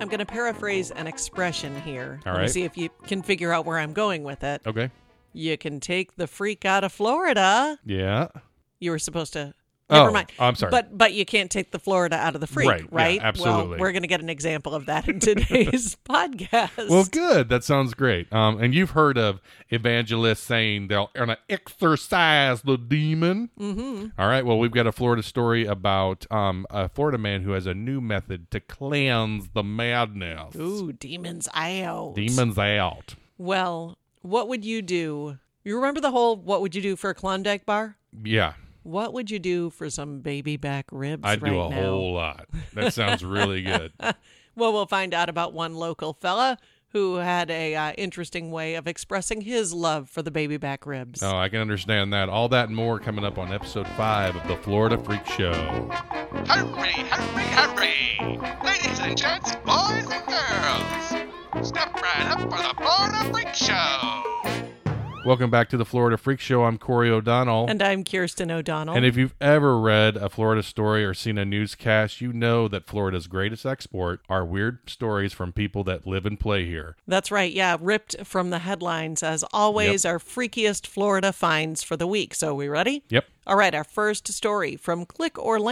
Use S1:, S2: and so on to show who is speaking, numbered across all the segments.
S1: I'm going to paraphrase an expression here.
S2: All
S1: Let me
S2: right.
S1: see if you can figure out where I'm going with it.
S2: Okay.
S1: You can take the freak out of Florida.
S2: Yeah.
S1: You were supposed to.
S2: Oh,
S1: Never mind.
S2: I'm sorry.
S1: But but you can't take the Florida out of the freak,
S2: Right,
S1: right?
S2: yeah, absolutely.
S1: Well, we're going to get an example of that in today's podcast.
S2: Well, good. That sounds great. Um, and you've heard of evangelists saying they'll gonna exorcise the demon. Mm-hmm. right. Well, we've got a Florida story about um, a Florida man who has a new method to cleanse the madness.
S1: Ooh, demons out.
S2: Demons out.
S1: Well, what would you do? You remember the whole what would you do for a Klondike bar?
S2: Yeah,
S1: What would you do for some baby back ribs
S2: I'd
S1: right
S2: do a
S1: now?
S2: whole lot. That sounds really good.
S1: Well, we'll find out about one local fella who had a uh, interesting way of expressing his love for the baby back ribs.
S2: Oh, I can understand that. All that and more coming up on episode five of the Florida Freak Show.
S3: Hurry, hurry, hurry! Ladies and gents, boys and girls, step right up for the Florida Freak Show!
S2: Welcome back to the Florida Freak Show. I'm Corey O'Donnell.
S1: And I'm Kirsten O'Donnell.
S2: And if you've ever read a Florida story or seen a newscast, you know that Florida's greatest export are weird stories from people that live and play here.
S1: That's right. Yeah, ripped from the headlines as always. Our freakiest Florida finds for the week. So, we ready?
S2: Yep.
S1: All right, our first story from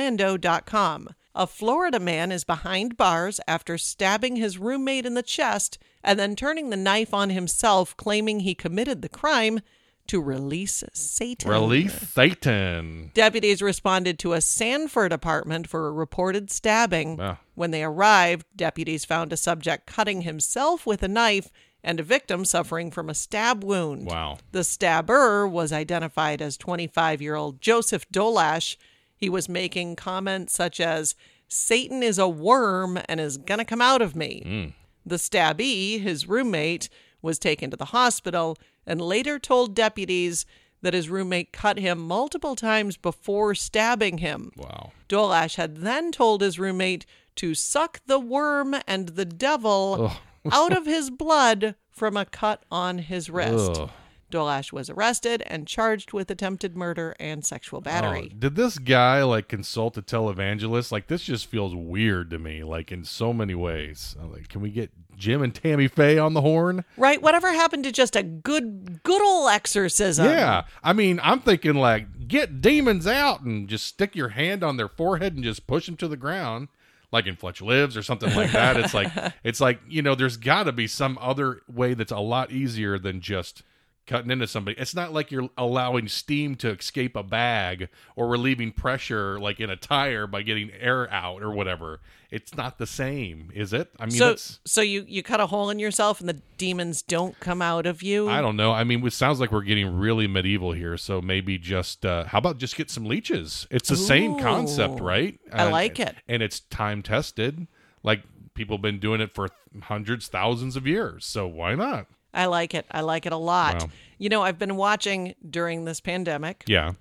S1: clickorlando.com. A Florida man is behind bars after stabbing his roommate in the chest and then turning the knife on himself, claiming he committed the crime to release Satan.
S2: Release Satan.
S1: Deputies responded to a Sanford apartment for a reported stabbing.
S2: Wow.
S1: When they arrived, deputies found a subject cutting himself with a knife and a victim suffering from a stab wound.
S2: Wow.
S1: The stabber was identified as 25 year old Joseph Dolash. He was making comments such as, Satan is a worm and is going to come out of me. The stabbee, his roommate, was taken to the hospital and later told deputies that his roommate cut him multiple times before stabbing him.
S2: Wow.
S1: Dolash had then told his roommate to suck the worm and the devil out of his blood from a cut on his wrist.
S2: Ugh.
S1: Dolash was arrested and charged with attempted murder and sexual battery.
S2: Oh, did this guy like consult a televangelist? Like this just feels weird to me, like in so many ways. I'm like, can we get Jim and Tammy Faye on the horn?
S1: Right? Whatever happened to just a good, good ol' exorcism?
S2: Yeah. I mean, I'm thinking like get demons out and just stick your hand on their forehead and just push them to the ground. Like in Fletch Lives or something like that. It's like it's like, you know, there's gotta be some other way that's a lot easier than just cutting into somebody. It's not like you're allowing steam to escape a bag or relieving pressure like in a tire by getting air out or whatever. It's not the same, is it? I mean
S1: So,
S2: it's
S1: so you you cut a hole in yourself and the demons don't come out of you.
S2: I don't know. I mean, it sounds like we're getting really medieval here. So maybe just uh, how about just get some leeches? It's the same concept,
S1: Ooh.
S2: right?
S1: I like it.
S2: and it's time tested. Like people have been doing it for hundreds, thousands of years. So why not?
S1: I like it. I like it a lot.
S2: Wow.
S1: You know, I've been watching during this pandemic.
S2: Yeah.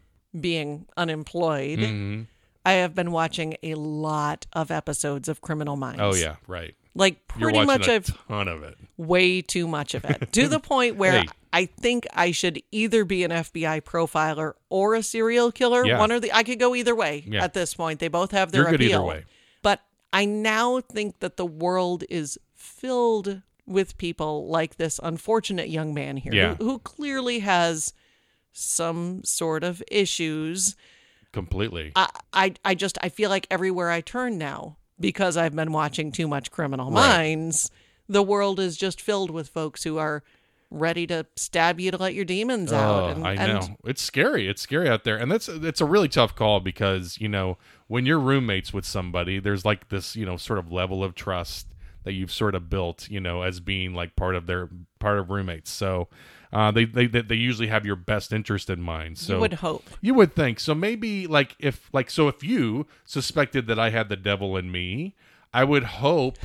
S1: being unemployed,
S2: Mm-hmm.
S1: I have been watching a lot of episodes of Criminal Minds.
S2: Oh yeah. Right.
S1: Like
S2: You're
S1: pretty
S2: watching
S1: much
S2: a
S1: I've
S2: ton of it.
S1: way too much of it. to the point where
S2: Hey.
S1: I think I should either be an FBI profiler or a serial killer.
S2: Yeah.
S1: One or the I could go either way
S2: Yeah.
S1: at this point. They both have their
S2: You're good either
S1: appeal.
S2: way.
S1: But I now think that the world is filled with people like this unfortunate young man here
S2: Yeah.
S1: who, who clearly has some sort of issues.
S2: Completely.
S1: I, I I just I feel like everywhere I turn now because I've been watching too much Criminal
S2: Right.
S1: Minds, the world is just filled with folks who are ready to stab you to let your demons out.
S2: Oh, I know it's scary. It's scary out there, and that's it's a really tough call because you know when you're roommates with somebody, there's like this you know sort of level of trust that you've sort of built, you know, as being like part of their part of roommates. So uh, they, they they they usually have your best interest in mind. So
S1: you would hope.
S2: you would think so. Maybe like if like so if you suspected that I had the devil in me, I would hope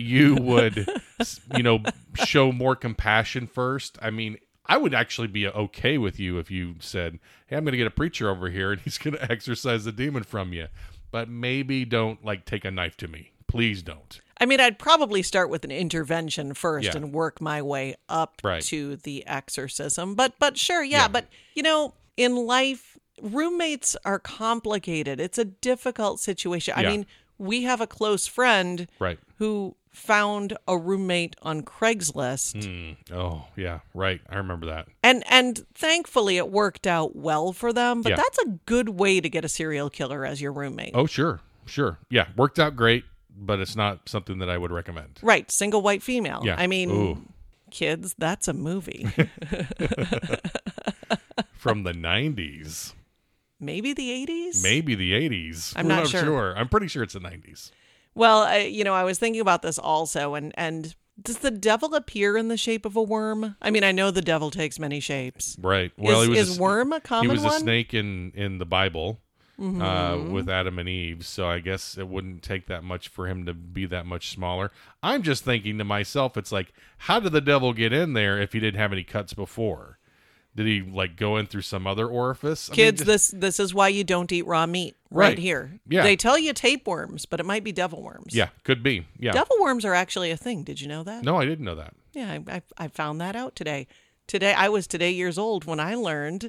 S2: you would s- you know show more compassion first. I mean, I would actually be okay with you if you said, "Hey, I'm going to get a preacher over here and he's going to exorcise the demon from you." But maybe don't like take a knife to me. Please don't.
S1: I mean, I'd probably start with an intervention first
S2: Yeah.
S1: and work my way up
S2: Right.
S1: to the exorcism. But but sure, yeah, but you know, in life roommates are complicated. It's a difficult situation. I
S2: Yeah.
S1: mean, we have a close friend
S2: Right.
S1: who found a roommate on Craigslist.
S2: Oh, yeah. Right. I remember that.
S1: And and thankfully it worked out well for them, but
S2: Yeah.
S1: that's a good way to get a serial killer as your roommate.
S2: Oh, sure. Sure. Yeah. Worked out great, but it's not something that I would recommend.
S1: Right, single white female.
S2: Yeah.
S1: I mean,
S2: Ooh.
S1: kids, that's a movie.
S2: From the 90s,
S1: Maybe the 80s?
S2: maybe the 80s.
S1: I'm
S2: We're
S1: not sure.
S2: I'm pretty sure it's the 90s.
S1: Well, I, you know, I was thinking about this also and and does the devil appear in the shape of a worm? I mean, I know the devil takes many shapes.
S2: Right. Well,
S1: is,
S2: he was a
S1: is
S2: s-
S1: worm a
S2: he
S1: common
S2: was
S1: one? Mm-hmm.
S2: a snake in in the Bible uh, with Adam and Eve. So I guess it wouldn't take that much for him to be that much smaller. I'm just thinking to myself, it's like, how did the devil get in there if he didn't have any cuts before? Did he like go in through some other orifice? I mean,
S1: Kids,
S2: just-
S1: this this is why you don't eat raw meat right,
S2: Right.
S1: here.
S2: Yeah.
S1: They tell you tapeworms, but it might be devil worms.
S2: yeah, could be. Yeah.
S1: Devil worms are actually a thing. Did you know that?
S2: No, I didn't know that.
S1: Yeah, I, I, I found that out today. Today, I was today years old when I learned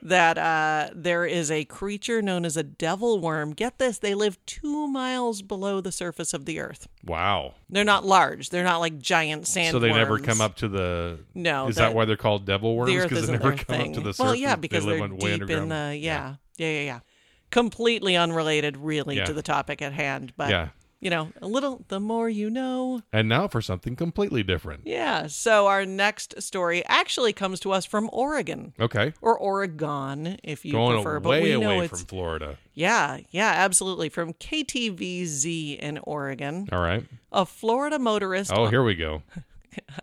S1: that uh, there is a creature known as a devil worm. Get this, they live two miles below the surface of the earth.
S2: Wow.
S1: They're not large. They're not like giant sand.
S2: so they never
S1: worms.
S2: come up to the.
S1: No,
S2: Is
S1: the-
S2: that why they're called devil worms?
S1: The earth
S2: Because
S1: isn't
S2: they never
S1: their
S2: come
S1: thing.
S2: up to the surface.
S1: Well, yeah, because
S2: they
S1: they
S2: live
S1: are
S2: on- way
S1: deep in
S2: underground.
S1: the yeah, yeah, yeah, yeah, Completely unrelated, really,
S2: Yeah.
S1: to the topic at hand. But
S2: Yeah.
S1: you know, a little. The more you know.
S2: And now for something completely different.
S1: Yeah. So our next story actually comes to us from Oregon.
S2: Okay.
S1: or Oregon if you
S2: Going
S1: prefer, but
S2: way
S1: we know
S2: away
S1: it's
S2: from Florida.
S1: yeah, yeah, absolutely from KTVZ in Oregon.
S2: All right.
S1: A Florida motorist.
S2: Oh, here we go.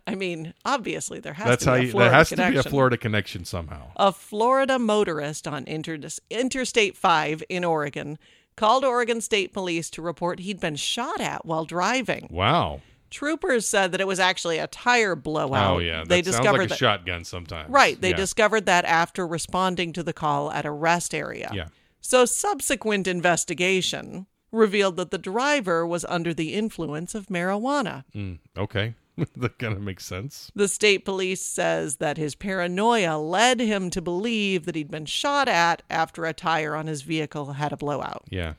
S1: I mean, obviously there has
S2: That's
S1: to
S2: how
S1: be
S2: you.
S1: a Florida
S2: There has
S1: connection.
S2: to be a Florida connection somehow.
S1: A Florida motorist on inter- Interstate 5 in Oregon called Oregon State Police to report he'd been shot at while driving.
S2: Wow.
S1: Troopers said that it was actually a tire blowout.
S2: oh yeah. That
S1: they
S2: sounds
S1: discovered
S2: like a
S1: that
S2: shotgun sometimes.
S1: Right. They
S2: Yeah.
S1: discovered that after responding to the call at a rest area.
S2: Yeah.
S1: So subsequent investigation revealed that the driver was under the influence of marijuana.
S2: Mm, okay. that kind of makes sense.
S1: The state police says that his paranoia led him to believe that he'd been shot at after a tire on his vehicle had a blowout.
S2: Yeah.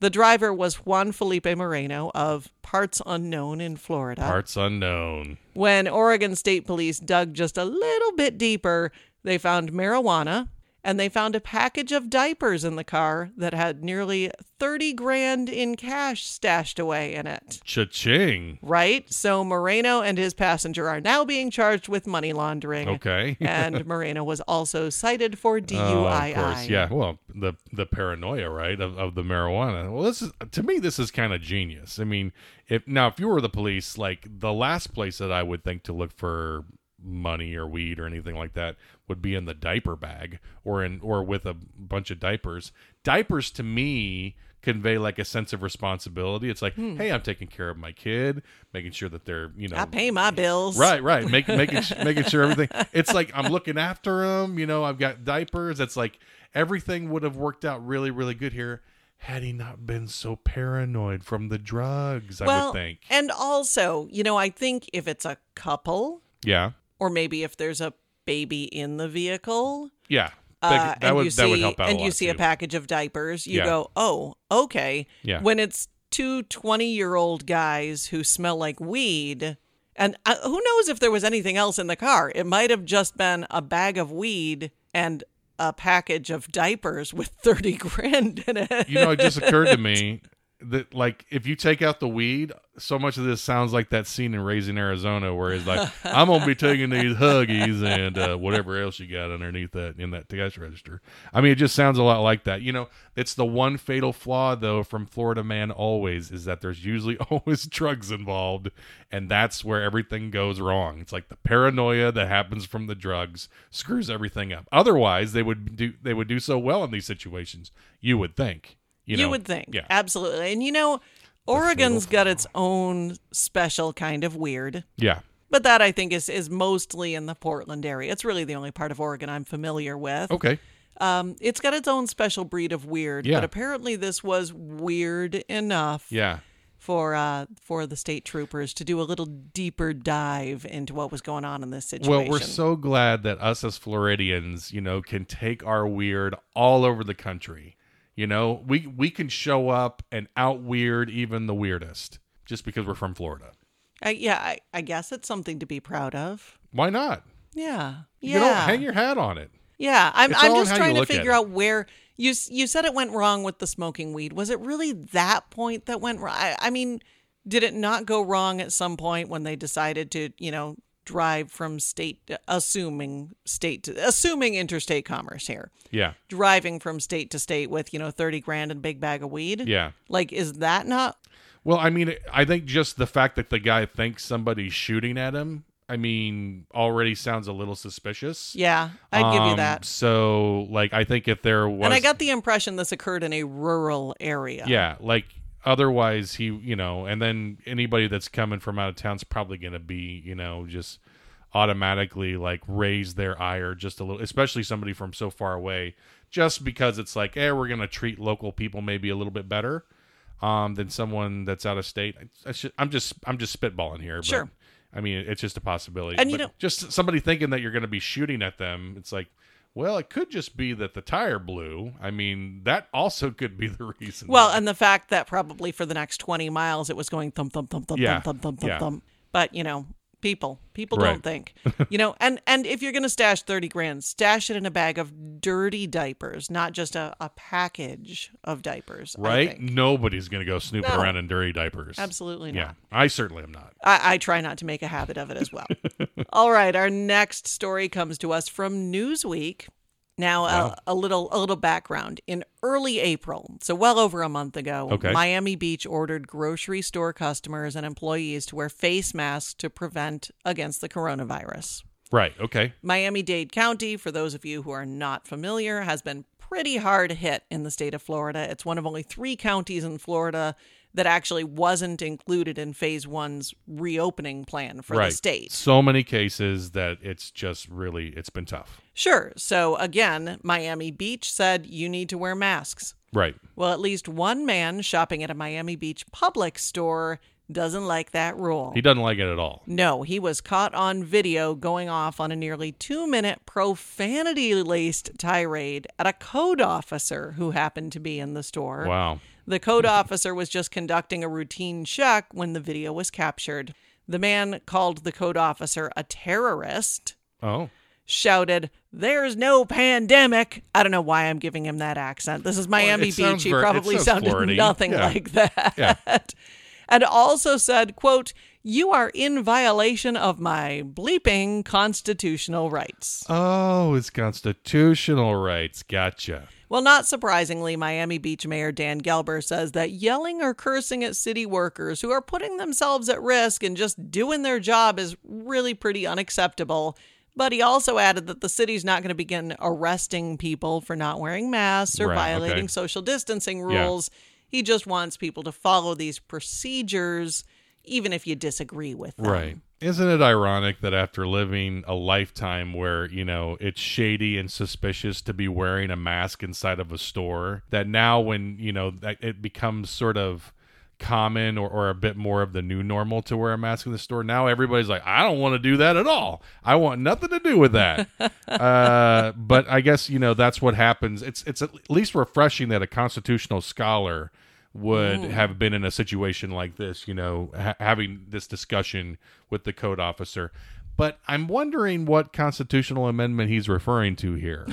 S1: The driver was Juan Felipe Moreno of Parts Unknown in Florida.
S2: Parts unknown.
S1: When Oregon State Police dug just a little bit deeper, they found marijuana and they found a package of diapers in the car that had nearly 30 grand in cash stashed away in it.
S2: Cha-ching.
S1: Right? So Moreno and his passenger are now being charged with money laundering.
S2: Okay.
S1: and Moreno was also cited for DUI.
S2: Oh, of course, yeah. Well, the the paranoia, right, of, of the marijuana. Well, this is to me, this is kind of genius. I mean, if now if you were the police, like the last place that I would think to look for money or weed or anything like that would be in the diaper bag or in or with a bunch of diapers. Diapers to me convey like a sense of responsibility. It's like, hey, I'm taking care of my kid, making sure that they're you know
S1: Hmm. I pay my bills.
S2: Right, right. Make, making su- making sure everything. It's like I'm looking after him. You know, I've got diapers. It's like everything would have worked out really, really good here had he not been so paranoid from the drugs. I
S1: Well,
S2: would think.
S1: and also, you know, I think if it's a couple
S2: Yeah,
S1: or maybe if there's a baby in the vehicle,
S2: yeah.
S1: uh,
S2: that that
S1: and
S2: would
S1: you see,
S2: that would help out.
S1: and
S2: a
S1: you
S2: lot,
S1: see a
S2: too.
S1: package of diapers, you
S2: Yeah.
S1: go, oh, okay.
S2: Yeah.
S1: When it's two 20 year old guys who smell like weed, and uh, who knows if there was anything else in the car? It might have just been a bag of weed and a package of diapers with 30 grand in it.
S2: You know, it just occurred to me that like if you take out the weed, so much of this sounds like that scene in Raising Arizona where he's like, "I'm gonna be taking these Huggies and uh, whatever else you got underneath that in that cash register." I mean, it just sounds a lot like that. You know, it's the one fatal flaw though from Florida man always is that there's usually always drugs involved, and that's where everything goes wrong. It's like the paranoia that happens from the drugs screws everything up. Otherwise, they would do they would do so well in these situations. You would think. You, know?
S1: would think.
S2: Yeah.
S1: Absolutely. And you know, Oregon's got its own special kind of weird.
S2: Yeah.
S1: But that I think is is mostly in the Portland area. It's really the only part of Oregon I'm familiar with.
S2: Okay.
S1: Um, it's got its own special breed of weird,
S2: Yeah.
S1: but apparently this was weird enough
S2: Yeah.
S1: for uh, for the state troopers to do a little deeper dive into what was going on in this situation.
S2: Well, we're so glad that us as Floridians, you know, can take our weird all over the country. You know, we we can show up and out weird even the weirdest just because we're from Florida.
S1: I, yeah, I, I guess it's something to be proud of.
S2: Why not?
S1: Yeah, yeah.
S2: You know, hang your hat on it.
S1: yeah, I'm,
S2: It's
S1: I'm
S2: all in
S1: just
S2: how you
S1: trying to
S2: look at
S1: figure
S2: it.
S1: out where you s- you said it went wrong with the smoking weed. Was it really that point that went wrong? I, I mean, did it not go wrong at some point when they decided to, you know, drive from state, assuming state, to, assuming interstate commerce here,
S2: Yeah.
S1: driving from state to state with, you know, thirty grand and a big bag of weed?
S2: Yeah.
S1: Like, is that not
S2: Well, I mean, I think just the fact that the guy thinks somebody's shooting at him, I mean, already sounds a little suspicious.
S1: Yeah, I'd give you
S2: Um,
S1: that.
S2: So, like, I think if there was,
S1: And I got the impression this occurred in a rural area.
S2: yeah, like otherwise he, you know, and then anybody that's coming from out of town's probably going to be, you know, just automatically like raise their ire just a little, especially somebody from so far away, just because it's like, eh, we're going to treat local people maybe a little bit better. Um, than someone that's out of state. I, I should, I'm just, I'm just spitballing here. But,
S1: Sure.
S2: I mean, it's just a possibility.
S1: And you
S2: But
S1: know-
S2: just somebody thinking that you're going to be shooting at them. It's like, well, it could just be that the tire blew. I mean, that also could be the reason.
S1: Well, and the fact that probably for the next 20 miles it was going thump, thump, thump, thump,
S2: Yeah,
S1: thump, thump, thump,
S2: yeah.
S1: thump. But, you know, people, people
S2: Right.
S1: don't think, you know, and, and if you're going to stash 30 grand, stash it in a bag of dirty diapers, not just a, a package of diapers. I
S2: right?
S1: think.
S2: Nobody's going to go snooping
S1: No.
S2: around in dirty diapers.
S1: Absolutely
S2: Yeah,
S1: not.
S2: I certainly am not.
S1: I, I try not to make a habit of it as well. All right, our next story comes to us from Newsweek. Now, a, a little a little background. In early April, so well over a month ago,
S2: Okay.
S1: Miami Beach ordered grocery store customers and employees to wear face masks to prevent against the coronavirus.
S2: Right. Okay.
S1: Miami Dade County, for those of you who are not familiar, has been pretty hard hit in the state of Florida. It's one of only three counties in Florida that actually wasn't included in phase one's reopening plan for
S2: right.
S1: the state.
S2: So many cases that it's just really it's been tough.
S1: Sure. So again, Miami Beach said you need to wear masks.
S2: Right.
S1: Well, at least one man shopping at a Miami Beach public store doesn't like that rule.
S2: He doesn't like it at all.
S1: No, he was caught on video going off on a nearly two minute profanity laced tirade at a code officer who happened to be in the store.
S2: Wow.
S1: The code officer was just conducting a routine check when the video was captured. The man called the code officer a terrorist,
S2: Oh.
S1: shouted, There's no pandemic. I don't know why I'm giving him that accent. This is Miami
S2: sounds
S1: Beach. He
S2: ver- it
S1: probably
S2: sounds
S1: sounded
S2: Florida-y.
S1: nothing
S2: Yeah.
S1: like that. And also said, quote, you are in violation of my bleeping constitutional rights.
S2: Oh, it's constitutional rights. Gotcha.
S1: Well, not surprisingly, Miami Beach Mayor Dan Gelber says that yelling or cursing at city workers who are putting themselves at risk and just doing their job is really pretty unacceptable. But he also added that the city's not going to begin arresting people for not wearing masks or
S2: Right, okay.
S1: violating social distancing rules. He just wants people to follow these procedures, even if you disagree with them.
S2: Right. Um, Isn't it ironic that after living a lifetime where, you know, it's shady and suspicious to be wearing a mask inside of a store, that now when, you know, that it becomes sort of common or, or a bit more of the new normal to wear a mask in the store, now everybody's like, I don't want to do that at all. I want nothing to do with that. uh, but I guess, you know, that's what happens. It's, it's at least refreshing that a constitutional scholar would have been in a situation like this, you know, ha- having this discussion with the code officer. But I'm wondering what constitutional amendment he's referring to here.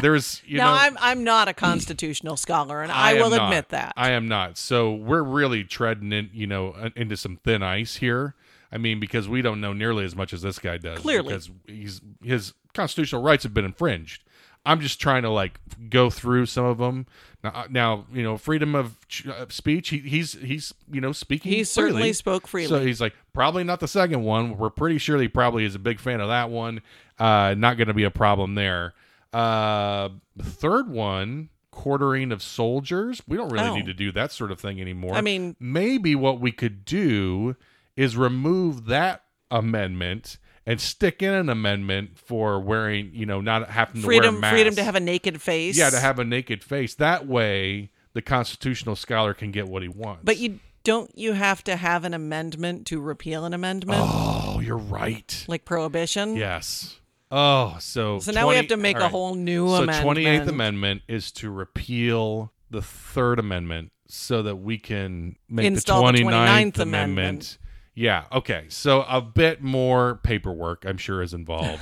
S2: There's, you
S1: now,
S2: know,
S1: I'm, I'm not a constitutional scholar, and I,
S2: am
S1: will
S2: not.
S1: admit that.
S2: I am not. So we're really treading in, you know, uh, into some thin ice here. I mean, because we don't know nearly as much as this guy does.
S1: Clearly.
S2: because he's his constitutional rights have been infringed. I'm just trying to like go through some of them. Now, uh, now you know, freedom of ch- uh, speech. He, he's he's you know speaking.
S1: He certainly
S2: freely.
S1: spoke freely.
S2: So he's like probably not the second one. We're pretty sure he probably is a big fan of that one. Uh, not going to be a problem there. Uh, third one, quartering of soldiers. We don't really
S1: Oh.
S2: need to do that sort of thing anymore.
S1: I mean-
S2: maybe what we could do is remove that amendment and stick in an amendment for wearing, you know, not having to
S1: freedom,
S2: wear masks.
S1: freedom to have a naked face.
S2: yeah, to have a naked face. That way, the constitutional scholar can get what he wants.
S1: But you don't you have to have an amendment to repeal an amendment
S2: oh, you're right.
S1: like prohibition?
S2: Yes. Oh, so
S1: So now we have to make a whole new
S2: so
S1: amendment.
S2: 28th Amendment is to repeal the Third Amendment so that we can make
S1: Install
S2: the
S1: the
S2: 29th,
S1: 29th
S2: Amendment.
S1: Amendment.
S2: Yeah, okay. So a bit more paperwork, I'm sure, is involved.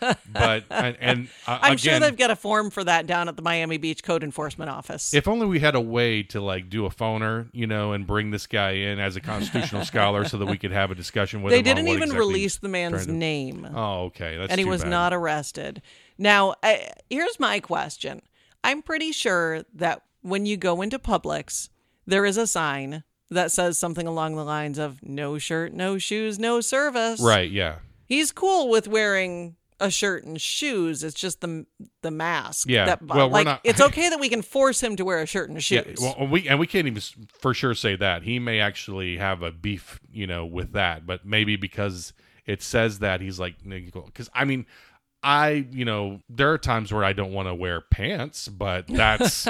S2: but, and, and uh,
S1: I'm sure
S2: again,
S1: they've got a form for that down at the Miami Beach Code Enforcement Office.
S2: if only we had a way to like do a phoner, you know, and bring this guy in as a constitutional scholar so that we could have a discussion with
S1: they
S2: him. on
S1: didn't
S2: what
S1: even
S2: exactly-
S1: release the man's
S2: trying to-
S1: name.
S2: Oh, okay. That's
S1: and he
S2: too
S1: was
S2: bad.
S1: not arrested. Now, I, here's my question. I'm pretty sure that when you go into Publix, there is a sign that says something along the lines of no shirt, no shoes, no service.
S2: Right, yeah.
S1: He's cool with wearing a shirt and shoes. It's just the the mask.
S2: Yeah.
S1: That,
S2: Well, we're
S1: like,
S2: not-
S1: it's okay that we can force him to wear a shirt and shoes.
S2: Yeah, well, we and we can't even s- for sure say that he may actually have a beef, you know, with that. But maybe because it says that he's like, because I mean, I you know, there are times where I don't want to wear pants, but that's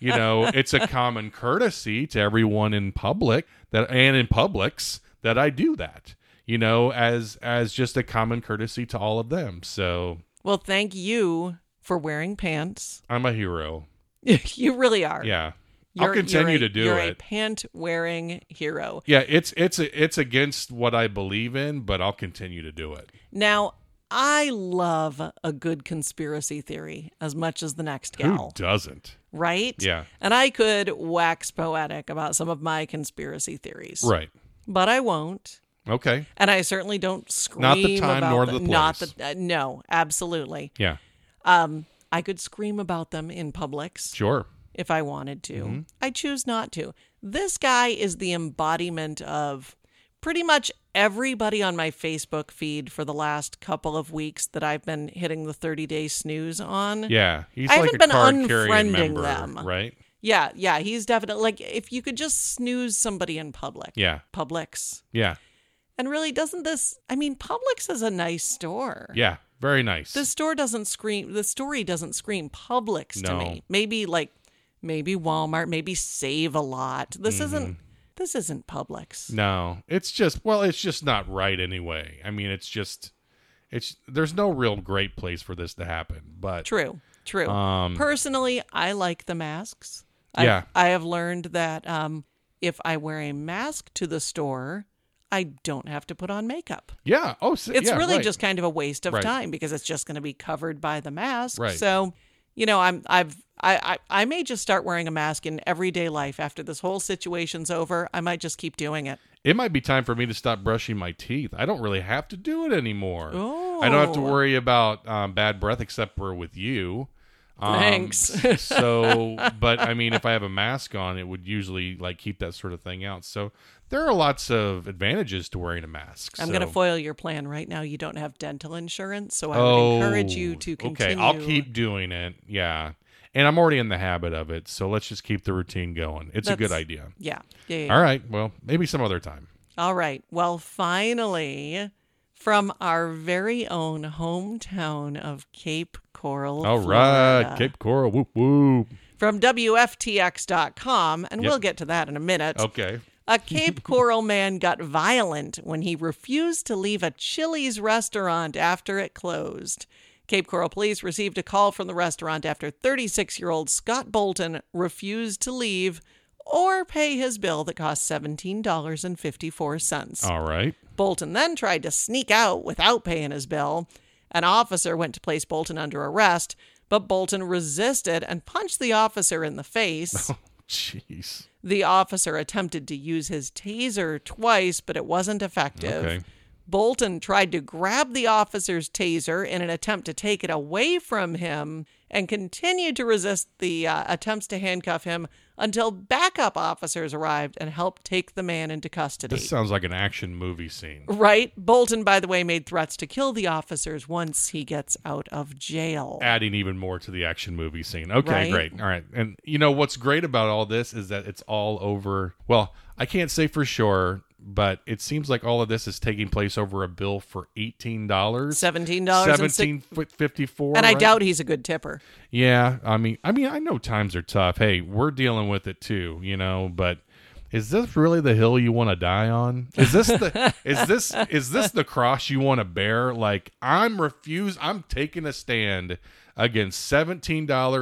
S2: you know, it's a common courtesy to everyone in public that and in Publix that I do that. You know, as as just a common courtesy to all of them. So
S1: well, thank you for wearing pants.
S2: I'm a hero.
S1: you really are.
S2: Yeah. I'll
S1: You're- you're
S2: continue
S1: a-
S2: to do
S1: you're
S2: it.
S1: a pant wearing hero.
S2: Yeah, it's it's it's against what I believe in, but I'll continue to do it.
S1: Now, I love a good conspiracy theory as much as the next
S2: Who
S1: gal,
S2: doesn't?
S1: right?
S2: Yeah.
S1: And I could wax poetic about some of my conspiracy theories,
S2: Right.
S1: but I won't.
S2: Okay.
S1: And I certainly don't scream.
S2: time
S1: about
S2: nor
S1: them.
S2: the
S1: Not
S2: place.
S1: the uh, no, absolutely.
S2: Yeah.
S1: Um, I could scream about them in Publix
S2: Sure.
S1: if I wanted to.
S2: Mm-hmm.
S1: I choose not to. This guy is the embodiment of pretty much everybody on my Facebook feed for the last couple of weeks that I've been hitting the 30 day snooze on.
S2: Yeah. He's
S1: I
S2: like
S1: haven't
S2: a
S1: been
S2: card carrying
S1: unfriending
S2: member,
S1: them.
S2: right?
S1: yeah, yeah, he's definitely like if you could just snooze somebody in public.
S2: Yeah.
S1: Publix.
S2: Yeah.
S1: And really doesn't this I mean Publix is a nice store.
S2: Yeah. Very nice.
S1: The store doesn't scream. The story doesn't scream Publix to
S2: No.
S1: me. Maybe like, maybe Walmart. Maybe Save a Lot. This
S2: Mm-hmm.
S1: isn't. This isn't Publix.
S2: no, it's just well, it's just not right anyway. I mean, it's just it's there's no real great place for this to happen, but
S1: True. True.
S2: Um,
S1: Personally, I like the masks.
S2: Yeah.
S1: I, I have learned that um, if I wear a mask to the store, I don't have to put on makeup.
S2: yeah. Oh, so,
S1: It's
S2: yeah,
S1: really
S2: right.
S1: just kind of a waste of
S2: Right.
S1: time because it's just going to be covered by the mask.
S2: Right.
S1: So, you know, I'm I've I, I I may just start wearing a mask in everyday life after this whole situation's over. I might just keep doing it.
S2: It might be time for me to stop brushing my teeth. I don't really have to do it anymore. I don't have to
S1: Oh.
S2: worry about um, bad breath except for with you. Um,
S1: Thanks.
S2: s- so, but I mean, if I have a mask on, it would usually like keep that sort of thing out. So there are lots of advantages to wearing a mask.
S1: I'm going to
S2: so-
S1: foil your plan right now. You don't have dental insurance, so I
S2: Oh,
S1: would encourage you to continue.
S2: Okay, I'll keep doing it. Yeah, and I'm already in the habit of it. So let's just keep the routine going. It's a good
S1: That's-
S2: idea.
S1: Yeah. Yeah. yeah, yeah.
S2: All right. Well, maybe some other time.
S1: All right. Well, finally, from our very own hometown of Cape Coral.
S2: All right,
S1: Florida.
S2: Cape Coral. Whoop whoop.
S1: from WFTX.com, and we'll get to that in a minute.
S2: Okay.
S1: A Cape Coral man got violent when he refused to leave a Chili's restaurant after it closed. Cape Coral police received a call from the restaurant after 36 year old Scott Bolton refused to leave or pay his bill that cost $17.54.
S2: All right.
S1: Bolton then tried to sneak out without paying his bill. An officer went to place Bolton under arrest, but Bolton resisted and punched the officer in the face.
S2: Jeez.
S1: the officer attempted to use his taser twice, but it wasn't effective.
S2: Okay.
S1: Bolton tried to grab the officer's taser in an attempt to take it away from him and continued to resist the uh, attempts to handcuff him until backup officers arrived and helped take the man into custody.
S2: This sounds like an action movie scene.
S1: Right? Bolton, by the way, made threats to kill the officers once he gets out of jail.
S2: Adding even more to the action movie scene.
S1: Right.
S2: Okay, great. All right. And you know what's great about all this is that it's all over. Well, I can't say for sure, but it seems like all of this is taking place over a bill for $18.
S1: Seventeen dollars and six.
S2: Seventeen fifty four,
S1: And I
S2: right?
S1: doubt he's a good tipper.
S2: Yeah, I mean, I mean, I know times are tough. Hey, we're dealing with it too, you know. But is this really the hill you want to die on? Is this the is this is this the cross you want to bear? Like I'm refuse I'm taking a stand against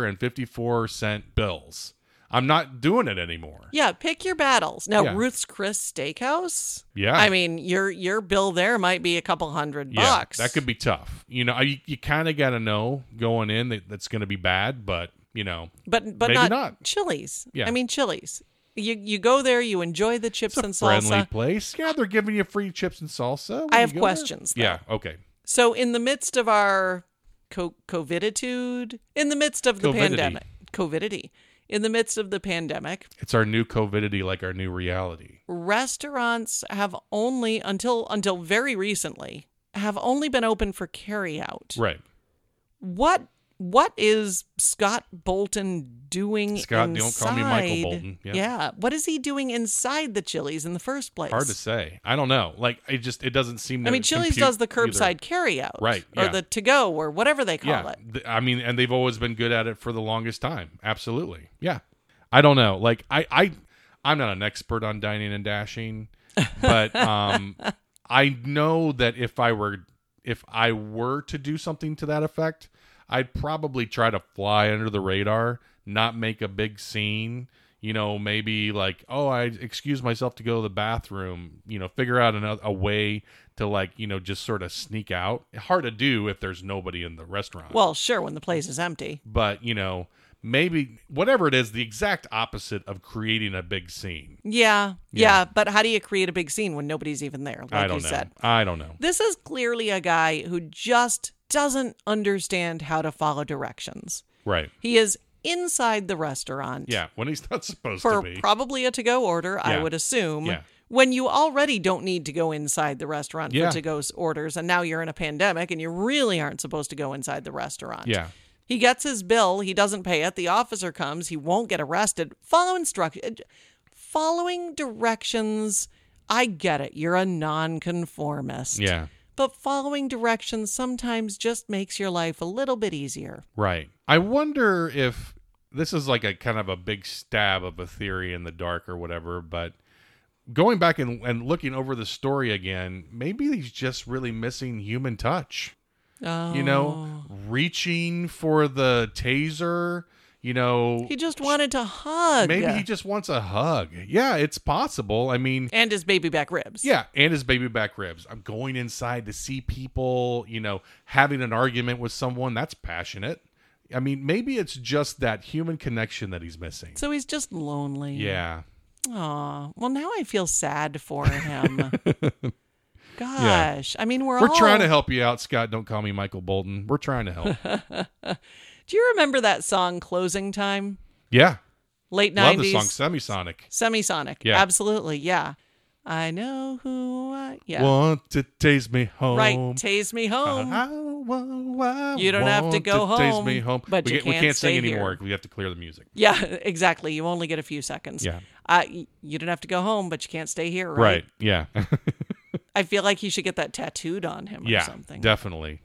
S2: $17.54 bills. I'm not doing it anymore.
S1: Yeah, pick your battles. Now,
S2: Yeah.
S1: Ruth's Chris Steakhouse.
S2: Yeah.
S1: I mean, your your bill there might be a couple hundred bucks.
S2: that could be tough. You know, you, you kind of got to know going in that that's going to be bad, but you know,
S1: but but
S2: maybe
S1: not,
S2: not.
S1: Chili's.
S2: Yeah.
S1: I mean Chili's. You you go there, you enjoy the chips
S2: it's a
S1: and
S2: friendly
S1: salsa.
S2: place. Yeah, they're giving you free chips and salsa. when
S1: I
S2: you
S1: have
S2: go there.
S1: questions, though.
S2: Yeah, okay.
S1: So in the midst of our co- coviditude, in the midst of the
S2: Covidity.
S1: pandemic, covidity, in the midst of the pandemic,
S2: It's our new covidity, like our new reality.
S1: restaurants have only until until very recently have only been open for carryout.
S2: Right.
S1: What what is Scott Bolton doing
S2: Scott, don't
S1: inside?
S2: call me Michael Bolton. Yeah.
S1: What is he doing inside the Chili's in the first place?
S2: Hard to say. I don't know. Like it just it doesn't seem.
S1: I
S2: to
S1: mean, Chili's
S2: compute
S1: does the
S2: either.
S1: curbside carryout,
S2: Right,
S1: or
S2: yeah.
S1: the to go, or whatever they call
S2: Yeah.
S1: it.
S2: Th- I mean, and they've always been good at it for the longest time. Absolutely. Yeah. I don't know. Like I I I'm not an expert on dining and dashing, but um I know that if I were if I were to do something to that effect, I'd probably try to fly under the radar, not make a big scene. You know, maybe like, oh, I excuse myself to go to the bathroom. You know, figure out another, a way to like, you know, just sort of sneak out. Hard to do if there's nobody in the restaurant
S1: Well, sure, when the place is empty.
S2: but you know maybe whatever it is the exact opposite of creating a big scene
S1: Yeah, yeah, But how do you create a big scene when nobody's even there? Like
S2: i don't
S1: you
S2: know
S1: said,
S2: i don't know
S1: this is clearly a guy who just doesn't understand how to follow directions.
S2: right
S1: He is inside the restaurant.
S2: yeah when he's not supposed
S1: for
S2: to be
S1: probably a to-go order, I
S2: Yeah.
S1: would assume.
S2: Yeah.
S1: When you already don't need to go inside the restaurant
S2: Yeah.
S1: for to-go orders, and now you're in a pandemic and you really aren't supposed to go inside the restaurant.
S2: yeah
S1: He gets his bill, he doesn't pay it, the officer comes, he won't get arrested. Follow instructions. Following directions, I get it. You're a nonconformist.
S2: yeah
S1: But following directions sometimes just makes your life a little bit easier.
S2: right i wonder if this is like a kind of a big stab of a theory in the dark or whatever but going back and, and looking over the story again maybe he's just really missing human touch
S1: Oh.
S2: you know reaching for the taser you know
S1: Oh. He just wanted to hug.
S2: Maybe he just wants a hug. Yeah, it's possible. I mean,
S1: and his baby back ribs.
S2: yeah, and his baby back ribs. I'm going inside to see people, you know, having an argument with someone. That's passionate. I mean, maybe it's just that human connection that he's missing.
S1: So he's just lonely.
S2: Yeah.
S1: Aw. Well, now I feel sad for him. Gosh. I mean, we're,
S2: We're
S1: all.
S2: trying to help you out, Scott. Don't call me Michael Bolton. We're trying to help.
S1: Do you remember that song, Closing Time?
S2: yeah.
S1: Late 90s.
S2: Love the song Semisonic.
S1: Semisonic.
S2: Yeah.
S1: Absolutely. Yeah. I know who I. Yeah.
S2: Want to taste me home.
S1: right. Tase me
S2: uh-huh.
S1: home.
S2: I wa- I
S1: You don't have to
S2: want
S1: go
S2: Taste me
S1: home,
S2: home.
S1: but
S2: we,
S1: you
S2: can't- we
S1: can't
S2: can't sing
S1: stay here.
S2: anymore. We have to clear the music.
S1: Yeah, exactly. You only get a few seconds.
S2: Yeah.
S1: Uh, y- you don't have to go home, but you can't stay here, right?
S2: Right. Yeah.
S1: I feel like he should get that tattooed on him or
S2: yeah.
S1: something.
S2: Definitely.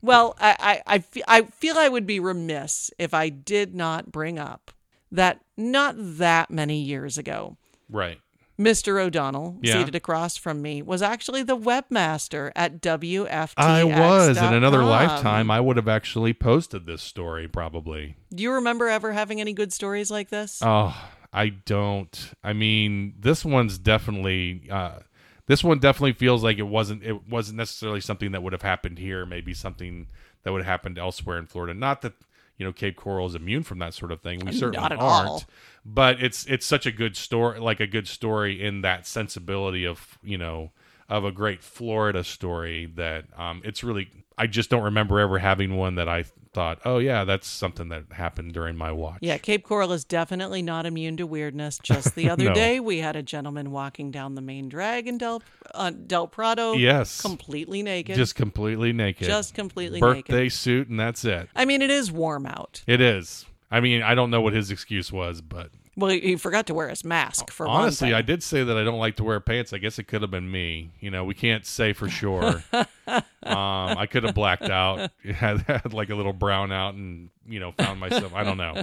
S1: Well, I, I, I, fe- I feel I would be remiss if I did not bring up that not that many years ago,
S2: Right.
S1: Mr. O'Donnell,
S2: Yeah.
S1: seated across from me, was actually the webmaster at WFTX.
S2: I was in another lifetime. I would have actually posted this story probably.
S1: Do you remember ever having any good stories like this?
S2: Oh, I don't. I mean, this one's definitely. Uh, this one definitely feels like it wasn't. It wasn't necessarily something that would have happened here. Maybe something that would have happened elsewhere in Florida. Not that you know Cape Coral is immune from that sort of thing. We certainly
S1: Not at
S2: aren't.
S1: all.
S2: But it's it's such a good story, like a good story in that sensibility of you know of a great Florida story that um it's really. I just don't remember ever having one that I thought, oh yeah, that's something that happened during my watch.
S1: yeah, Cape Coral is definitely not immune to weirdness. Just the other
S2: No.
S1: day, we had a gentleman walking down the main drag in Del, uh, Del Prado.
S2: Yes.
S1: Completely naked.
S2: Just completely naked.
S1: just completely naked.
S2: birthday suit, and that's it.
S1: I mean, it is warm out.
S2: It is. I mean, I don't know what his excuse was, but
S1: Well, he forgot to wear his mask for
S2: honestly,
S1: one
S2: I
S1: thing.
S2: did say that I don't like to wear pants. I guess it could have been me. You know, we can't say for sure. um, I could have blacked out, had, had like a little brown out, and you know, found myself. I don't know.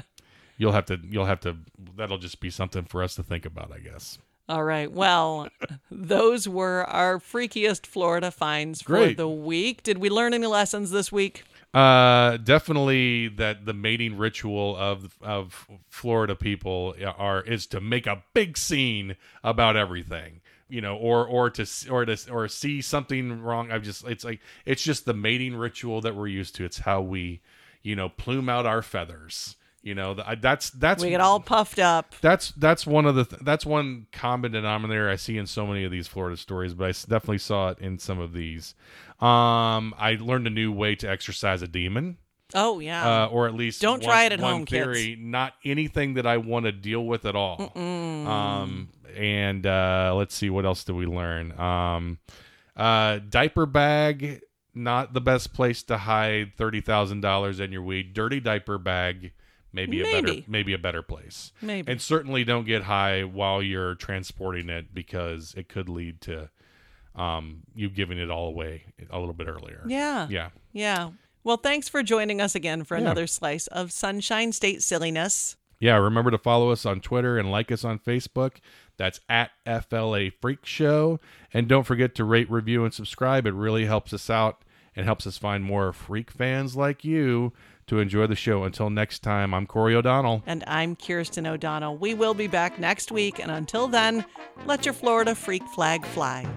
S2: You'll have to. You'll have to. That'll just be something for us to think about, I guess.
S1: All right. Well, those were our freakiest Florida finds for
S2: Great.
S1: the week. Did we learn any lessons this week?
S2: Uh, definitely that the mating ritual of of Florida people are is to make a big scene about everything, you know, or or to s- or to s- or see something wrong. I've just it's like it's just the mating ritual that we're used to. It's how we, you know, plume out our feathers. You know, th- I- that's that's
S1: We get all puffed up.
S2: that's that's one of the th- that's one common denominator I see in so many of these Florida stories, but I s- definitely saw it in some of these. Um, I learned a new way to exercise a demon,
S1: Oh, yeah.
S2: uh, or at least
S1: Don't
S2: one-
S1: try it at
S2: one
S1: home, kids.
S2: Theory, not anything that I want to deal with at all.
S1: Hmm.
S2: Um, and uh, let's see what else did we learn. Um, uh, diaper bag, not the best place to hide thirty thousand dollars in your weed. Dirty diaper bag, maybe, a better
S1: Maybe.
S2: maybe a better place.
S1: Maybe.
S2: And certainly don't get high while you're transporting it because it could lead to um, you giving it all away a little bit earlier.
S1: yeah.
S2: Yeah.
S1: Yeah. Well, thanks for joining us again for another slice of Sunshine State silliness.
S2: Yeah. Remember to follow us on Twitter and like us on Facebook. That's at FLA Freak Show. And don't forget to rate, review, and subscribe. It really helps us out and helps us find more freak fans like you to enjoy the show. Until next time, I'm Corey O'Donnell.
S1: And I'm Kirsten O'Donnell. We will be back next week. And until then, let your Florida freak flag fly.